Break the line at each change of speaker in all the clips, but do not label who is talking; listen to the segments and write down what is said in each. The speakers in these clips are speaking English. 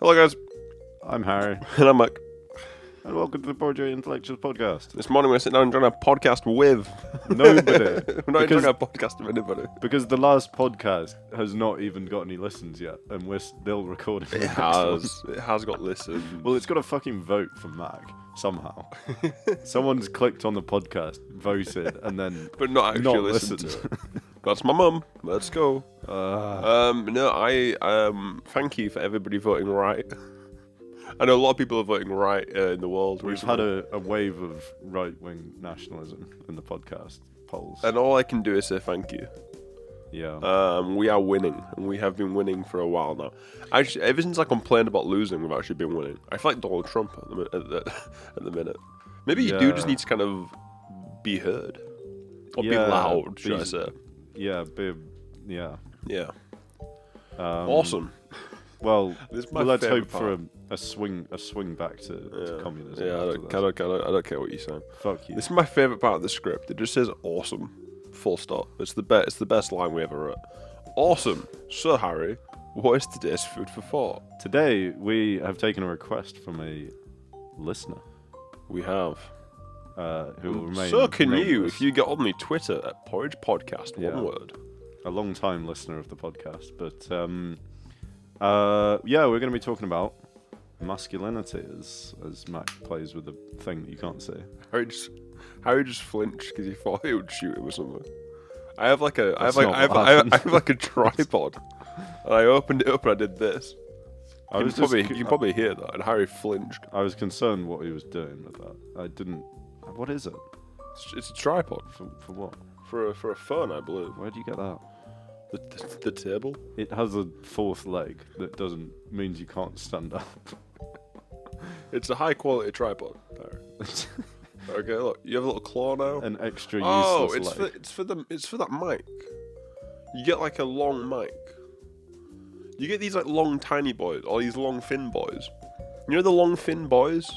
Hello, guys,
I'm Harry,
and I'm Mike.
and welcome to the Borgia Intellectuals Podcast.
This morning we're sitting down and trying to podcast with.
Nobody,
we're not even
Because-
trying to podcast with anybody.
because the last podcast has not even got any listens yet, and we're still recording. the
It
next one.
has. It has got listened.
Well, it's got a fucking vote from Mac somehow. Someone's clicked on the podcast, voted, and then
but not actually
not
listened
listened.
to it. That's my mum. Let's go.
Uh,
Um, no, I um, thank you for everybody voting right. I know a lot of people are voting right uh, in the world.
we've had a, a wave of right-wing nationalism in the podcast polls.
and all I can do is say thank you.
yeah,
Um, we are winning, and we have been winning for a while now. Actually, ever since I complained about losing, we've actually been winning. I feel like Donald Trump at the, mi- at the, at the minute. Maybe you do
Yeah.
just need to kind of be heard or be
Yeah,
loud, should I
be-
say?
yeah, babe, yeah.
Yeah.
Um,
awesome.
Well,
This is my
well let's
favourite
hope for a, a swing, a swing back to, to communism.
Yeah, I
after
don't,
this.
I, don't, I, don't, I don't care what you say.
Fuck you.
This is my favorite part of the script. It just says awesome, full stop. It's the best. It's the best line we ever wrote. Awesome, Sir Harry. What is today's food for thought?
Today we have taken a request from a listener
We have.
uh, who will remain.
so can you
nameless.
if you get on me Twitter at Porridge Podcast. One
Yeah.
word.
a long time listener of the podcast, but um, uh, yeah, we're going to be talking about masculinity as as Mac plays with the thing that you can't see.
Harry just Harry just flinched because he thought he would shoot him or something. I have like a I have
That's
like
not
I have,
what
I have,
happened.
I have like a tripod, and I opened it up and I did this.
I
you,
was
can probably,
just-
you can probably hear that, and Harry flinched.
I was concerned what he was doing with that. I didn't. What is it
It's, it's a tripod
for? For what?
for a, for a phone, I believe.
Where do you get that?
The, the, the table.
It has a fourth leg that doesn't means you can't stand up.
It's a high quality tripod. There. Okay, look, you have a little claw now.
An extra
oh,
useless
it's for,
leg.
it's for the it's for that mic. You get like a long mic. You get these like long tiny boys or these long thin boys. You know the long thin boys,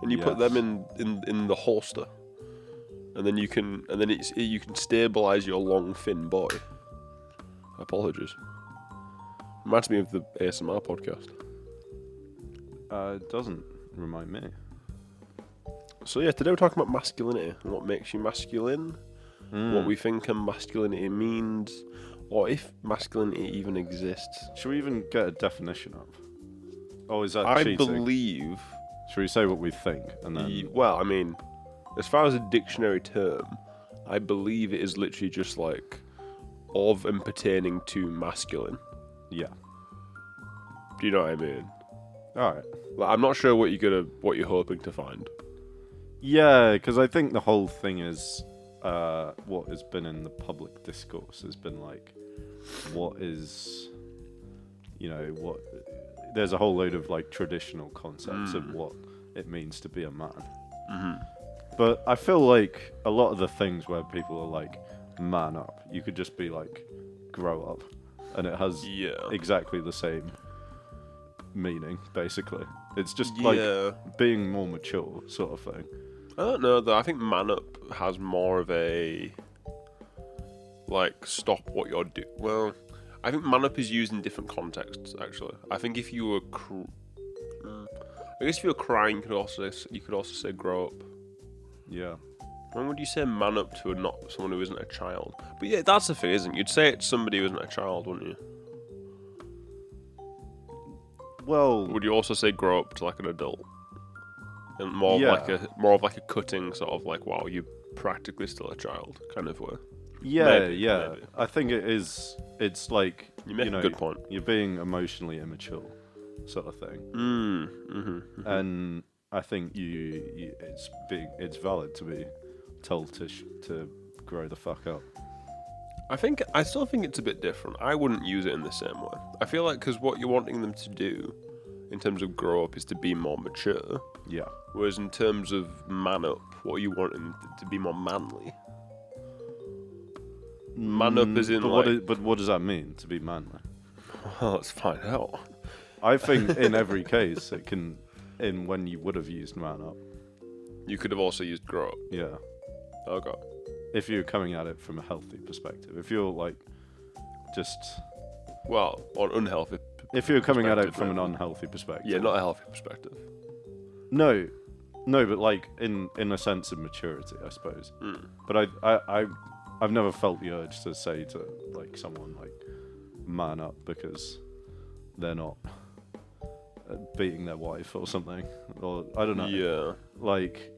and you put
Yes.
them in, in in the holster, and then you can and then it's you can stabilize your long thin boy. Apologies. Reminds me of the ASMR podcast.
Uh, it doesn't remind me.
So yeah, today we're talking about masculinity and what makes you masculine,
Hmm.
what we think and masculinity means, or if masculinity even exists.
Should we even get a definition up? Oh, is that
I
cheating?
believe.
Should we say what we think and then?
y- Well, I mean, as far as a dictionary term, I believe it is literally just like of and pertaining to masculine.
Yeah.
Do you know what I mean?
All right.
Like, I'm not sure what you're gonna what you're hoping to find.
Yeah, because I think the whole thing is uh, what has been in the public discourse has been like, what is, you know, what. There's a whole load of like traditional concepts
Hmm.
of what it means to be a man.
Mm-hmm.
But I feel like a lot of the things where people are like, man up, you could just be like, grow up. And it has
Yeah.
exactly the same meaning, basically. It's just like being more mature, sort of thing.
I don't know though. I think Man Up has more of a like stop what you're doing. Well, I think Man Up is used in different contexts. Actually, I think if you were, cr- Mm. I guess if you were crying, you could also s- you could also say grow up.
Yeah.
When would you say man up to a not someone who isn't a child? But yeah, that's the thing, isn't it? You'd say it to somebody who isn't a child, wouldn't you?
Well,
Would you also say grow up to like an adult? And more
Yeah.
of like a more of like a cutting sort of like wow, you're practically still a child kind of way.
yeah,
maybe,
yeah.
maybe.
I think it is. It's like
You make
you know,
a good point.
You're being emotionally immature, sort of thing.
Mm, mm-hmm.
And I think you, you it's being it's valid to be told to sh- to grow the fuck up.
I think I still think it's a bit different. I wouldn't use it in the same way. I feel like because what you're wanting them to do, in terms of grow up, is to be more mature.
Yeah.
Whereas in terms of man up, what you want them to be more manly. Man up is in
Mm, But
like.
what i- but what does that mean to be manly?
Well, let's find out.
I think in every case it can in when you would have used man up.
You could have also used grow up.
Yeah.
Oh god.
If you're coming at it from a healthy perspective. If you're like just
Well, or unhealthy p-
if you're coming at it
perspective,
from an
really.
unhealthy perspective.
Yeah, not a healthy perspective.
No, no, but like in in a sense of maturity, I suppose.
Mm.
But I I I I've never felt the urge to say to like someone like man up because they're not uh, beating their wife or something or I don't know.
Yeah.
Like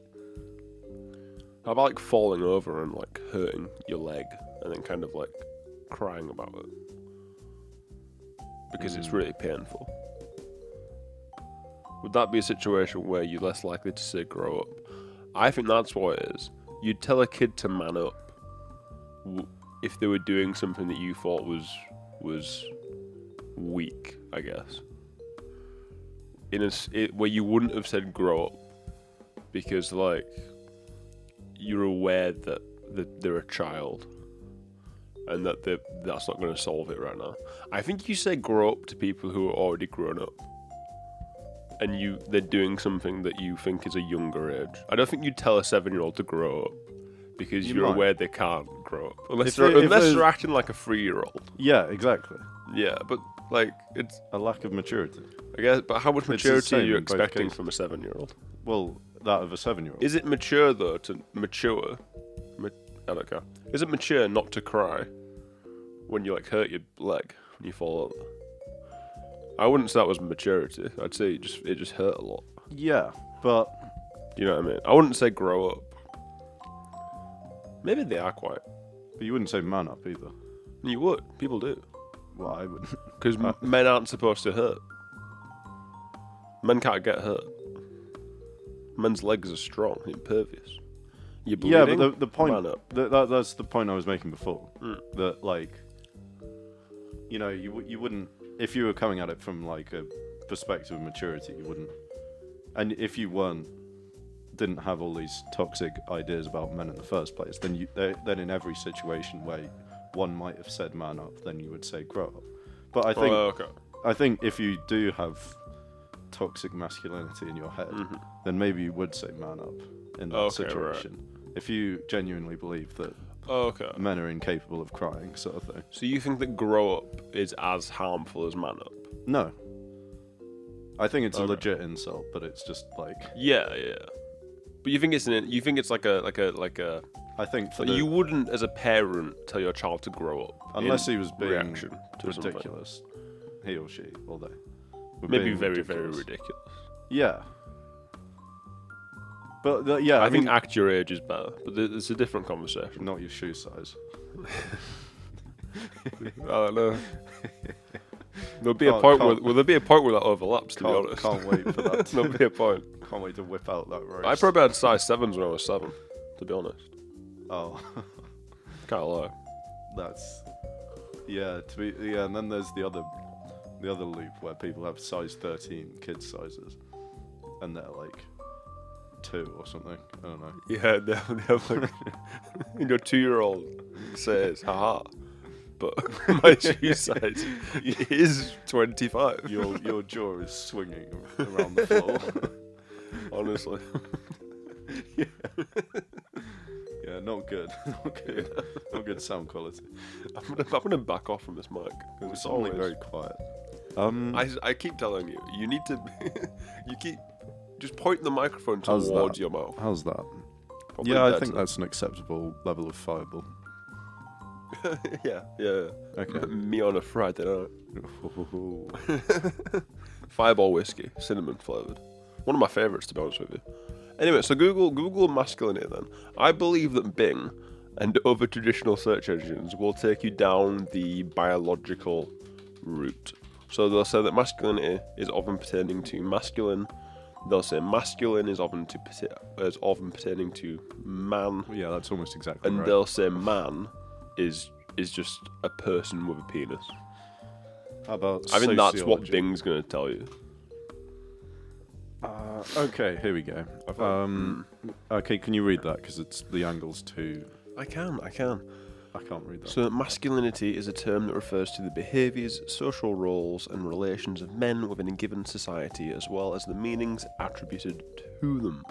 How about like falling over and like hurting your leg and then kind of like crying about it? Because it's
Mm.
really painful. Would that be a situation where you're less likely to say grow up? I think that's what it is. You'd tell a kid to man up w- if they were doing something that you thought was was weak, I guess. In a s it, where you wouldn't have said grow up because like you're aware that, that they're a child and that they that's not going to solve it right now. I think you say grow up to people who are already grown up and you they're doing something that you think is a younger age. I don't think you tell a 7-year-old to grow up because
You
you are
might.
aware they can't grow up unless
If
they're,
they- if
unless
those-
they're acting like a 3-year-old.
yeah, exactly.
Yeah, but like it's
A lack of maturity.
I guess, but how much
the
maturity are
same
you
in both
expecting
cases.
from a seven-year-old?
Well, that of a seven-year-old.
Is it mature though to mature? Ma- I don't care. Is it mature not to cry when you like hurt your leg when you fall over? I wouldn't say that was maturity. I'd say it just it just hurt a lot.
Yeah, but
Do you know what I mean? I wouldn't say grow up. Maybe they are quite.
but you wouldn't say man up either.
You would. People do.
Well, I wouldn't.
Because
Uh.
men aren't supposed to hurt. Men can't get hurt. Men's legs are strong, and impervious. You're bleeding.
yeah, but the, the point
Man up.
that, that that's the point I was making before
Mm.
that like you know you wou- you wouldn't if you were coming at it from like a perspective of maturity you wouldn't and if you weren't didn't have all these toxic ideas about men in the first place then you th- then in every situation where one might have said man up then you would say grow up but I think
Oh, okay.
I think if you do have toxic masculinity in your head, then maybe you would say man up in
Mm-hmm.
that
Okay, right.
situation. If you genuinely believe that
Oh, okay.
men are incapable of crying, sort of thing.
So you think that grow up is as harmful as man up?
No. I think it's a
Okay.
legit insult, but it's just like
Yeah, yeah. But you think it's an, you think it's like a like a like a
I think for
like
the,
you wouldn't as a parent tell your child to grow up
unless
in
he was being
reaction to something.
ridiculous, he or she or they. were
Maybe
being
very very ridiculous.
Yeah. But the, yeah, I,
I, think
mean,
act your age is better, but th- it's a different conversation.
not your shoe size.
I don't know. There'll be a
Can't-
point where
can't-
will there be a point where that overlaps? To be
Can't,
honest,
can't wait for that.
there'll be a point.
Can't wait to whip out that roast.
I probably had size sevens when I was seven. To be honest,
Oh,
can't lie.
that's yeah. To be yeah, and then there's the other, the other loop where people have size 13 kids sizes, and they're like two or something. I don't know.
Yeah, they have, they have like your two-year-old says, "Haha," but my shoe size is twenty-five.
Your your jaw is swinging around the floor.
honestly,
yeah, not good. Not good. Not good sound quality.
I'm gonna, I'm gonna back off from this mic. 'cause
It's,
it's
only
always-
very quiet. Um,
I, I keep telling you, you need to. you keep just point the microphone
How's
towards
that?
your mouth.
how's that?
Probably
yeah, I
better.
think that's an acceptable level of fireball.
yeah, yeah.
Okay.
Me on a Friday night. Fireball whiskey, cinnamon flavored. One of my favorites, to be honest with you. Anyway, so Google Google masculinity. Then I believe that Bing and other traditional search engines will take you down the biological route. So they'll say that masculinity is often pertaining to masculine. They'll say masculine is often to perta- is often pertaining to man,
yeah, that's almost exactly
and
right.
they'll say man is is just a person with a penis.
How about
I think that's what
sociology?
Bing's going to tell you.
Uh, okay, here we go. Um, okay, can you read that? Because it's the angle's too.
I can, I can.
I can't read that.
So, masculinity is a term that refers to the behaviours, social roles, and relations of men within a given society, as well as the meanings attributed to them.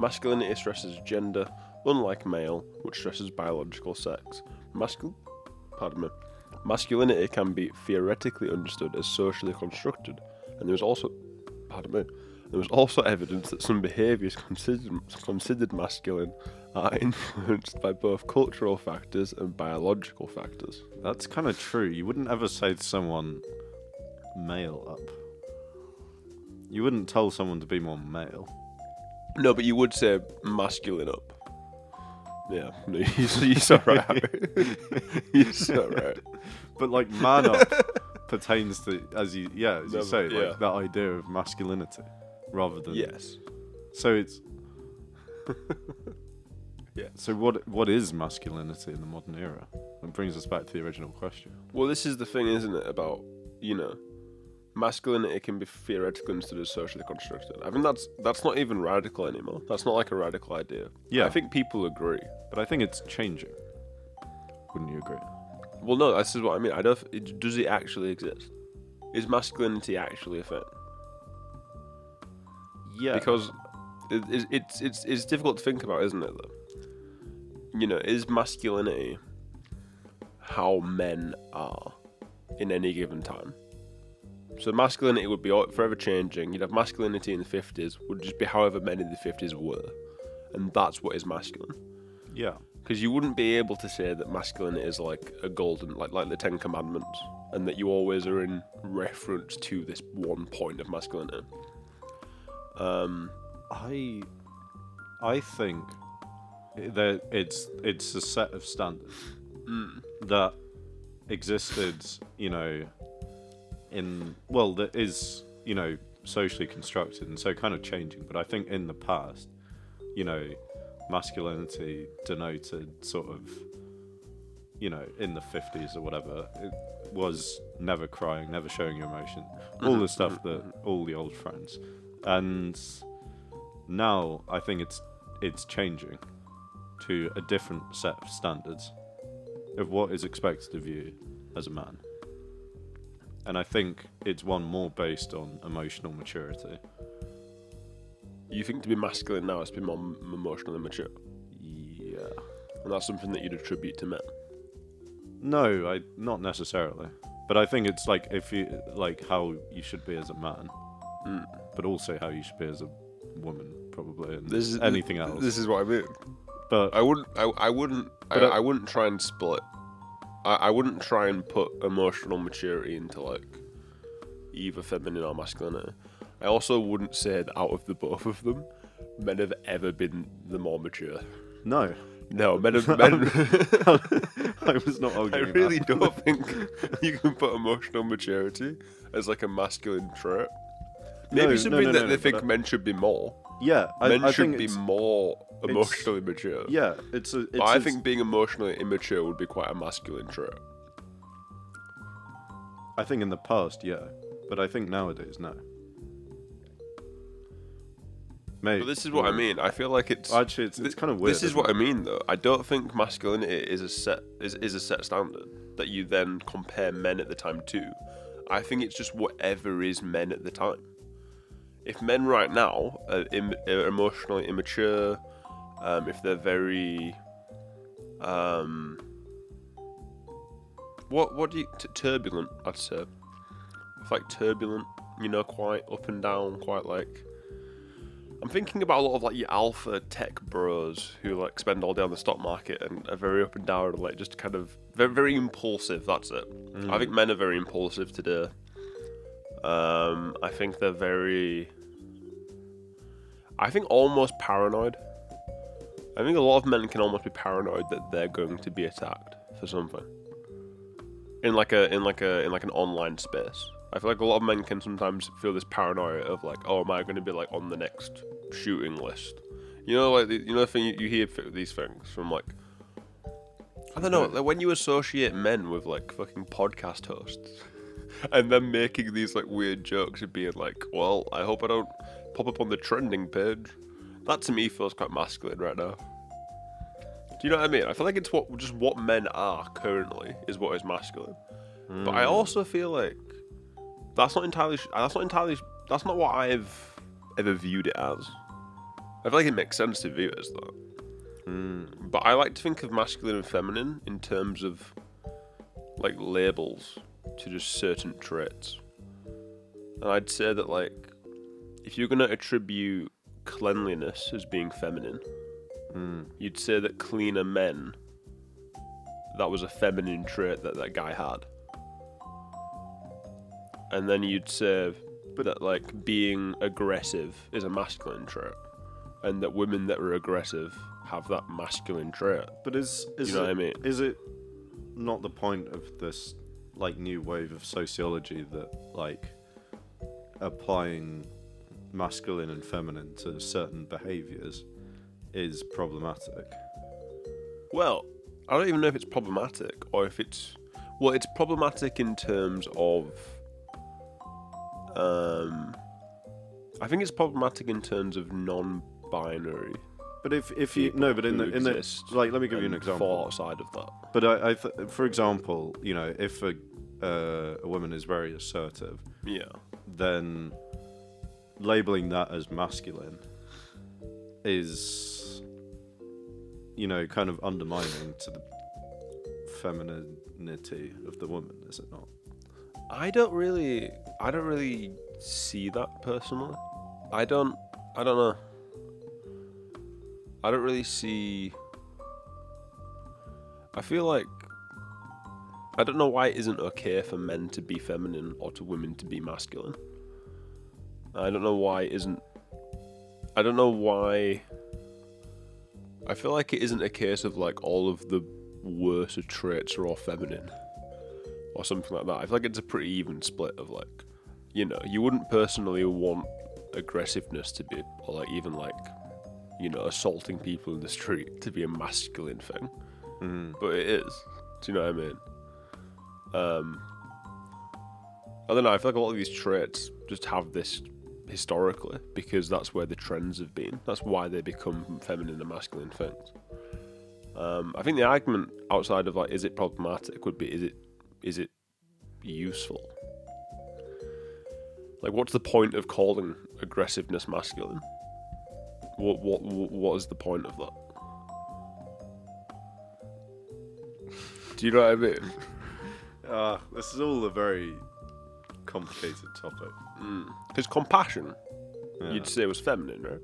Masculinity stresses gender, unlike male, which stresses biological sex. Masculine, pardon me. Masculinity can be theoretically understood as socially constructed, and there was also, pardon me, there was also evidence that some behaviours considered considered masculine are influenced by both cultural factors and biological factors.
That's kind of true. You wouldn't ever say to someone, male up. You wouldn't tell someone to be more male.
No, but you would say masculine up. Yeah, no, you're, so- you're so right. Harry. you're so right.
But like man up pertains to, as you, yeah, as you
Never-
say,
yeah.
like that idea of masculinity rather than.
Yes.
So it's.
Yeah.
So what what is masculinity in the modern era? That brings us back to the original question.
Well, this is the thing, isn't it? About you know, masculinity can be theoretically understood as socially constructed. I mean, that's that's not even radical anymore. That's not like a radical idea.
Yeah.
I think people agree.
But I think it's changing. Wouldn't you agree?
Well, no, this is what I mean. I don't. It, does it actually exist? Is masculinity actually a thing?
Yeah.
Because it, it's- it's it's it's difficult to think about, isn't it? Though, you know, is masculinity how men are in any given time? So masculinity would be all- forever changing. You'd have masculinity in the fifties would just be however men in the fifties were, and that's what is masculine.
yeah.
Because you wouldn't be able to say that masculinity is like a golden, like like the Ten Commandments, and that you always are in reference to this one point of masculinity. Um,
I I think that it's it's a set of standards that existed, you know, in well, that is you know socially constructed and so kind of changing. But I think in the past, you know, masculinity denoted sort of you know in the fifties or whatever. It, was never crying, never showing your emotion, all the stuff that all the old friends, and now I think it's it's changing to a different set of standards of what is expected of you as a man. And I think it's one more based on emotional maturity.
you think to be masculine now is to be more m- emotionally mature,
Yeah.
and that's something that you'd attribute to men.
No, I not necessarily. But I think it's like if you like how you should be as a man,
Hmm.
but also how you should be as a woman, probably, and
This is
anything else.
This is what I mean.
but
I wouldn't. I, I wouldn't. I,
But, uh,
I wouldn't try and split. I, I wouldn't try and put emotional maturity into like either feminine or masculinity. I also wouldn't say that out of the both of them, men have ever been the more mature.
no,
No, men. Have, men
I was not
I
arguing. that.
really don't think you can put emotional maturity as like a masculine trait. Maybe
No, no,
something
no,
that
no,
they
but
think
that-
men should be more.
Yeah, I,
men
I
should
think
be
it's-
more emotionally mature.
Yeah, it's a. It's
But I
a-
think being emotionally immature would be quite a masculine trait.
I think in the past, yeah, but I think nowadays, no. Maybe.
But this is what I mean. I feel like it's
Actually, it's, it's kind of weird.
This is
isn't
what
it?
I mean, though. I don't think masculinity is a set is, is a set standard that you then compare men at the time to. I think it's just whatever is men at the time. If men right now are, Im- are emotionally immature, um, if they're very, um, what what do you t- turbulent? I'd say, if like turbulent, you know, quite up and down, quite like I'm thinking about a lot of like your alpha tech bros who like spend all day on the stock market and are very up and down and like just kind of very very impulsive. That's it. I think men are very impulsive today. Um, I think they're very. I think almost paranoid. I think a lot of men can almost be paranoid that they're going to be attacked for something. In like a in like a in like an online space. I feel like a lot of men can sometimes feel this paranoia of like, oh, am I going to be like on the next shooting list? You know, like the, you know the thing you, you hear fi- these things from like. I don't know. Like when you associate men with like fucking podcast hosts, and them making these like weird jokes and being like, "Well, I hope I don't pop up on the trending page." That to me feels quite masculine right now. Do you know what I mean? I feel like it's what just what men are currently is what is masculine. But I also feel like that's not entirely sh- that's not entirely sh- that's not what I've ever viewed it as. I feel like it makes sense to view it as that. But I like to think of masculine and feminine in terms of like labels to just certain traits. And I'd say that like if you're gonna attribute cleanliness as being feminine,
Mm.
you'd say that cleaner men that was a feminine trait that that guy had. And then you'd say but that like being aggressive is a masculine trait, and that women that are aggressive have that masculine trait.
But is is
You know
it,
what I mean?
is it not the point of this like new wave of sociology that like applying masculine and feminine to certain behaviors is problematic?
Well, I don't even know if it's problematic or if it's well, it's problematic in terms of um I think it's problematic in terms of non-binary
But if if you
People
no, but in the
who
in the
exist
like, let me give you an
and
example.
thought side of that.
But I, I th- for example, you know, if a uh, a woman is very assertive,
Yeah.
then labeling that as masculine is you know kind of undermining to the femininity of the woman is it not
I don't really I don't really see that personally. I don't I don't know. I don't really see I feel like I don't know why it isn't okay for men to be feminine or to women to be masculine. I don't know why it isn't I don't know why I feel like it isn't a case of like all of the worse traits are all feminine or something like that. I feel like it's a pretty even split of like, you know, you wouldn't personally want aggressiveness to be, or like even like, you know, assaulting people in the street to be a masculine thing,
mm.
but it is. Do you know what I mean? Um, I don't know. I feel like a lot of these traits just have this historically because that's where the trends have been. That's why they become feminine and masculine things. Um, I think the argument outside of like, is it problematic? Would be, is it, is it useful? Like, what's the point of calling aggressiveness masculine? What, what, what what is the point of that? Do you know what I mean?
uh, this is all a very complicated topic
Because compassion,
yeah.
you'd say, was feminine, right?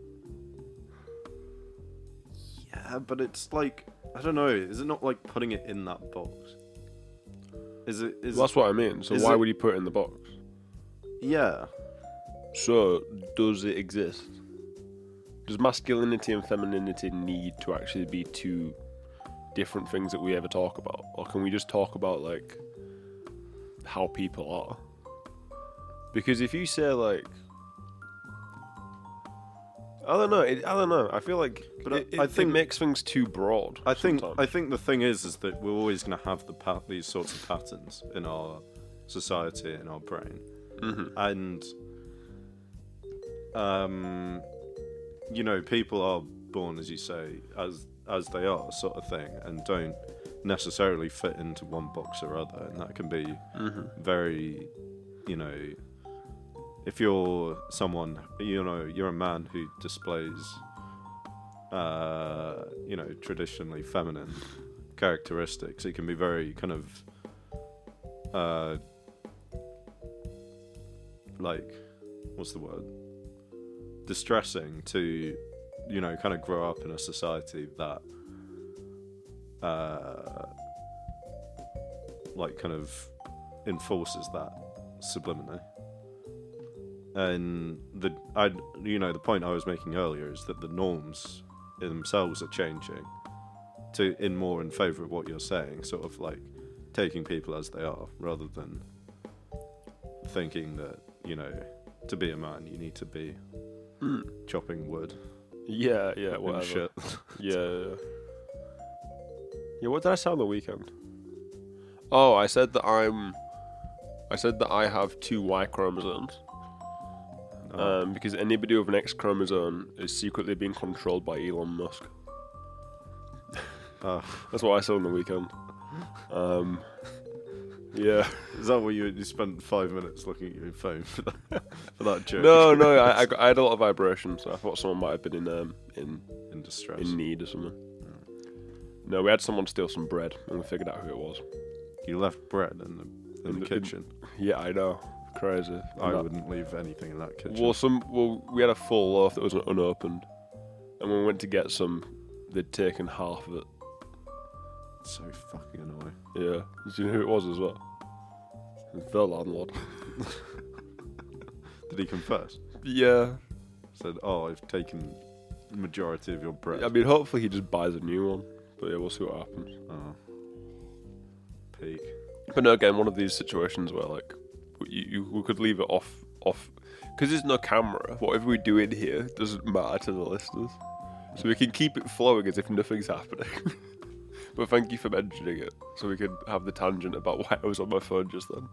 yeah but it's like i don't know is it not like putting it in that box is it is
Well, that's what I mean. So
is
why
it-
would you put it in the box?
yeah
So does it exist? Does masculinity and femininity need to actually be two different things that we ever talk about, or can we just talk about like how people are? Because if you say like, I don't know, it, I don't know. I feel like,
But
but
I-
it, it-
I
it
think-
makes things too broad.
I think
sometimes.
I think the thing is is that we're always going to have the pat- these sorts of patterns in our society in our brain, and um, you know people are born as you say as as they are sort of thing and don't necessarily fit into one box or other, and that can be very you know if you're someone you know you're a man who displays uh, you know, traditionally feminine characteristics. It can be very kind of uh, like what's the word? Distressing to you know, kind of grow up in a society that uh, like kind of enforces that subliminally. And the I you know the point I was making earlier is that the norms themselves are changing to in more in favor of what you're saying sort of like taking people as they are rather than thinking that you know to be a man you need to be chopping wood
Yeah, yeah,
and
Hmm. whatever.
Oh, shit
Yeah, yeah. yeah. Yeah, what did I say on the weekend? Oh, I said that I'm. I said that I have two Y chromosomes.
Oh,
Um, because anybody with an X chromosome is secretly being controlled by Elon Musk.
oh.
That's what I said on the weekend. Um, yeah.
is that why you, you spent five minutes looking at your phone for that, for that joke
No, no, I, I, got- I had a lot of vibrations. So I thought someone might have been in um, in
in distress
Mm. in need or something. No, we had someone steal some bread, and we figured out who it was.
You left bread in the, in
In
the
the- in-
kitchen.
Yeah, I know. Crazy.
I
That-
wouldn't leave anything in that kitchen.
Well, some well, we had a full loaf that was unopened, and when we went to get some, they'd taken half of it.
so fucking annoying.
Yeah, do you know who it was as well? The landlord.
Did he confess?
Yeah,
Said, "Oh, I've taken the majority of your bread."
I mean, hopefully he just buys a new one, but yeah, we'll see what happens.
oh. Peak.
But no, again, one of these situations where like you, you we could leave it off off because there's no camera. Whatever we do in here doesn't matter to the listeners, so we can keep it flowing as if nothing's happening. but thank you for mentioning it, so we could have the tangent about why I was on my phone just then,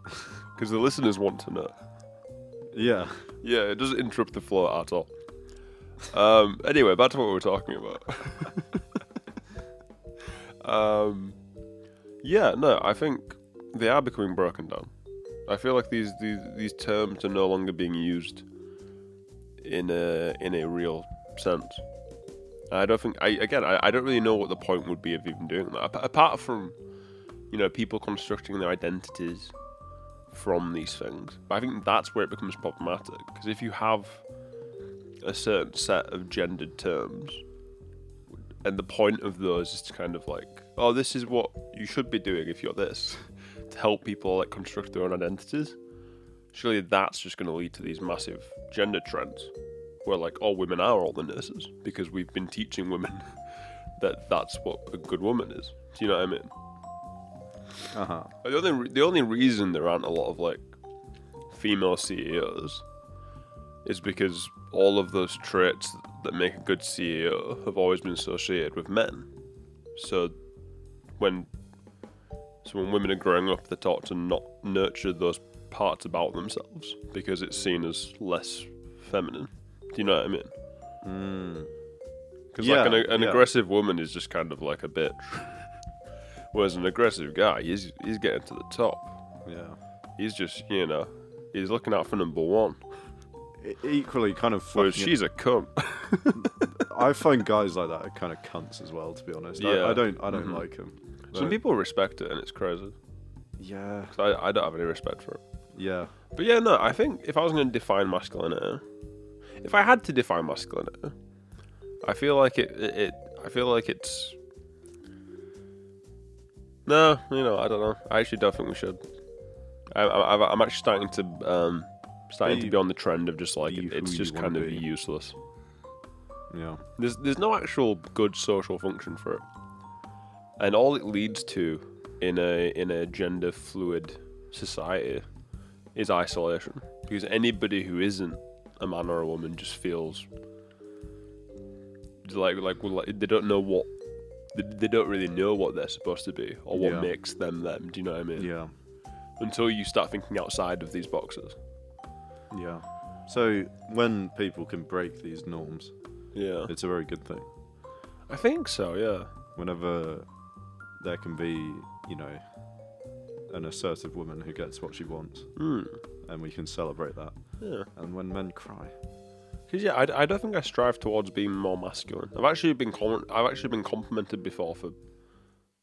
because the listeners want to know.
Yeah.
Yeah, it doesn't interrupt the flow at all. Um, anyway, back to what we were talking about. um, yeah, no, I think they are becoming broken down. I feel like these these, these terms are no longer being used in a in a real sense. I don't think I again I, I don't really know what the point would be of even doing that Ap- apart from you know people constructing their identities from these things. But I think that's where it becomes problematic because if you have a certain set of gendered terms, and the point of those is to kind of like, oh, this is what you should be doing if you're this, to help people like construct their own identities. Surely that's just going to lead to these massive gender trends, where like all women are all the nurses because we've been teaching women that that's what a good woman is. Do you know what I mean?
Uh huh.
The only re- the only reason there aren't a lot of like female CEOs is because all of those traits that make a good CEO have always been associated with men. So when so when women are growing up, they're taught to not nurture those parts about themselves because it's seen as less feminine. Do you know what I mean?
Mm,
Because like
Yeah,
an, an
yeah.
aggressive woman is just kind of like a bitch, whereas an aggressive guy, he's he's getting to the top.
Yeah.
He's just you know, he's looking out for number one.
E- equally, kind of.
Whereas
fucking-
she's a cunt.
I find guys like that are kind of cunts as well. To be honest,
Yeah. Mm-hmm.
I, I don't. I don't 'em. like them.
Some people respect it, and it's crazy.
Yeah.
'Cause I, I don't have any respect for it.
Yeah.
But yeah, no, I think if I was going to define masculinity, if I had to define masculinity, I feel like it, it, it I feel like it's. No, you know, I don't know. I actually don't think we should. I, I, I've- I'm actually starting to, um, starting
Be-
to be on the trend of just like
be
it, it's
who you
just
wanna
kind of
be.
useless.
Yeah.
There's there's no actual good social function for it, and all it leads to in a in a gender fluid society is isolation because anybody who isn't a man or a woman just feels like like, well, like they don't know what they, they don't really know what they're supposed to be or what
Yeah.
makes them them. Do you know what I mean?
Yeah.
Until you start thinking outside of these boxes.
Yeah. So when people can break these norms,
Yeah,
it's a very good thing.
I think so. Yeah.
Whenever there can be, you know, an assertive woman who gets what she wants,
Hmm.
and we can celebrate that.
Yeah.
And when men cry,
Cause yeah, I, I don't think I strive towards being more masculine. I've actually been com- I've actually been complimented before for,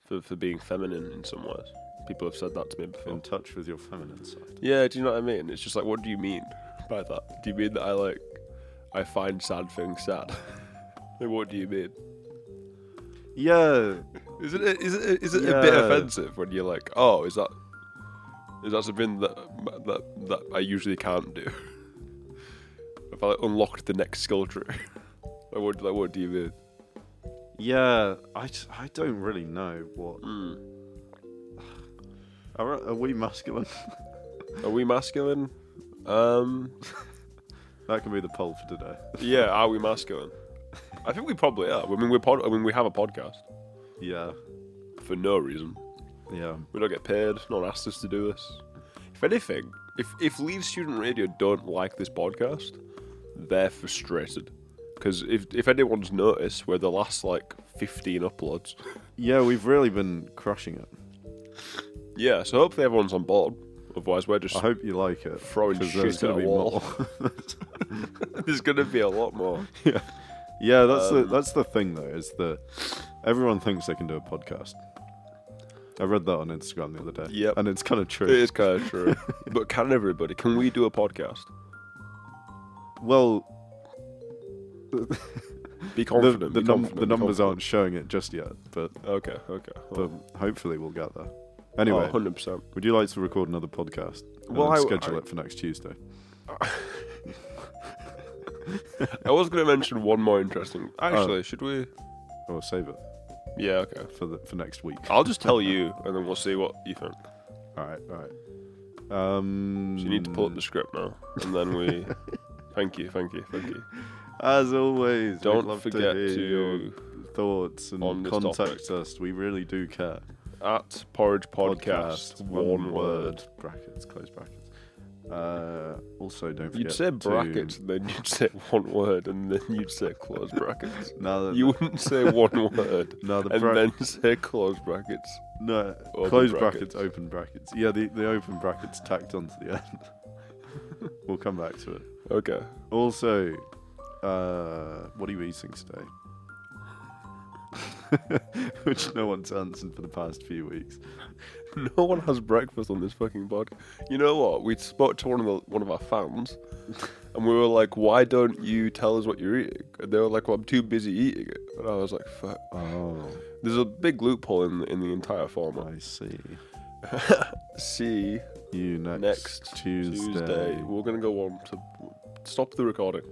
for for being feminine in some ways. People have said that to me before.
in touch with your feminine side.
Yeah, do you know what I mean? It's just like, what do you mean by that? Do you mean that I like I find sad things sad? like, what do you mean?
Yeah.
Is it is it is it a bit
Yeah.
offensive when you're like, oh, is that is that something that that that I usually can't do? if I like, unlocked the next skill tree, like what like what do you mean?
Yeah. I, t- I don't really know what.
Hmm.
Are, are we masculine?
Are we masculine? Um,
that can be the poll for today.
yeah, are we masculine? I think we probably are. I mean, we're pod- I mean, we have a podcast
Yeah.
for no reason.
Yeah.
We don't get paid. No one asked us to do this. If anything, if if Leeds Student Radio don't like this podcast, they're frustrated. Because if if anyone's noticed, we're the last like fifteen uploads.
Yeah, we've really been crushing it.
yeah, so hopefully everyone's on board. Otherwise, we're just
I hope you like it.
Throwing
'cause there's
shit at
gonna
a
be
wall.
more.
there's gonna be a lot more.
yeah,
Um,
that's the that's the thing though, is that everyone thinks they can do a podcast. I read that on Instagram the other day.
Yep.
And it's kind of true.
It is kind of true. but can everybody? Can we do a podcast?
Well,
Be
the,
confident.
the,
be
num-
confident,
the
be
numbers
confident.
aren't showing it just yet, but,
Okay, okay.
but hopefully we'll get there. Anyway,
100%.
would you like to record another podcast? And
Oh, Well,
then
I-
schedule
I-
it for next Tuesday.
I was going to mention one more interesting. Actually, should we?
Or save it
Oh. Yeah, okay.
for the, for next week.
I'll just tell you, and then we'll see what you think.
All right, all right. Um,
So you need to pull up the script now, and then we. thank you, thank you, thank you.
Um, As always, we'd
Don't
love
forget
to, hear
to-
your thoughts and
on this
contact
topic.
us. We really do care.
At Porridge Podcast, one, word.
brackets close brackets. Uh, also, don't forget
You'd say
to-
brackets, and then you'd say one word, and then you'd say close brackets.
Now that
You wouldn't say one word,
now the
and
bra-
then say close brackets.
no
Open
close
brackets.
brackets. open brackets. Yeah, the, the open brackets tacked onto the end. we'll come back to it.
Okay.
Also, uh, what are you eating today? Which no one's answered for the past few weeks.
No one has breakfast on this fucking pod. You know what? We spoke to one of the, one of our fans, and we were like, "Why don't you tell us what you're eating?" And they were like, "Well, I'm too busy eating it." And I was like, "Fuck."
Oh,
There's a big loophole in in the entire format.
I see.
See
You next,
next Tuesday.
Tuesday.
We're gonna go on to stop the recording.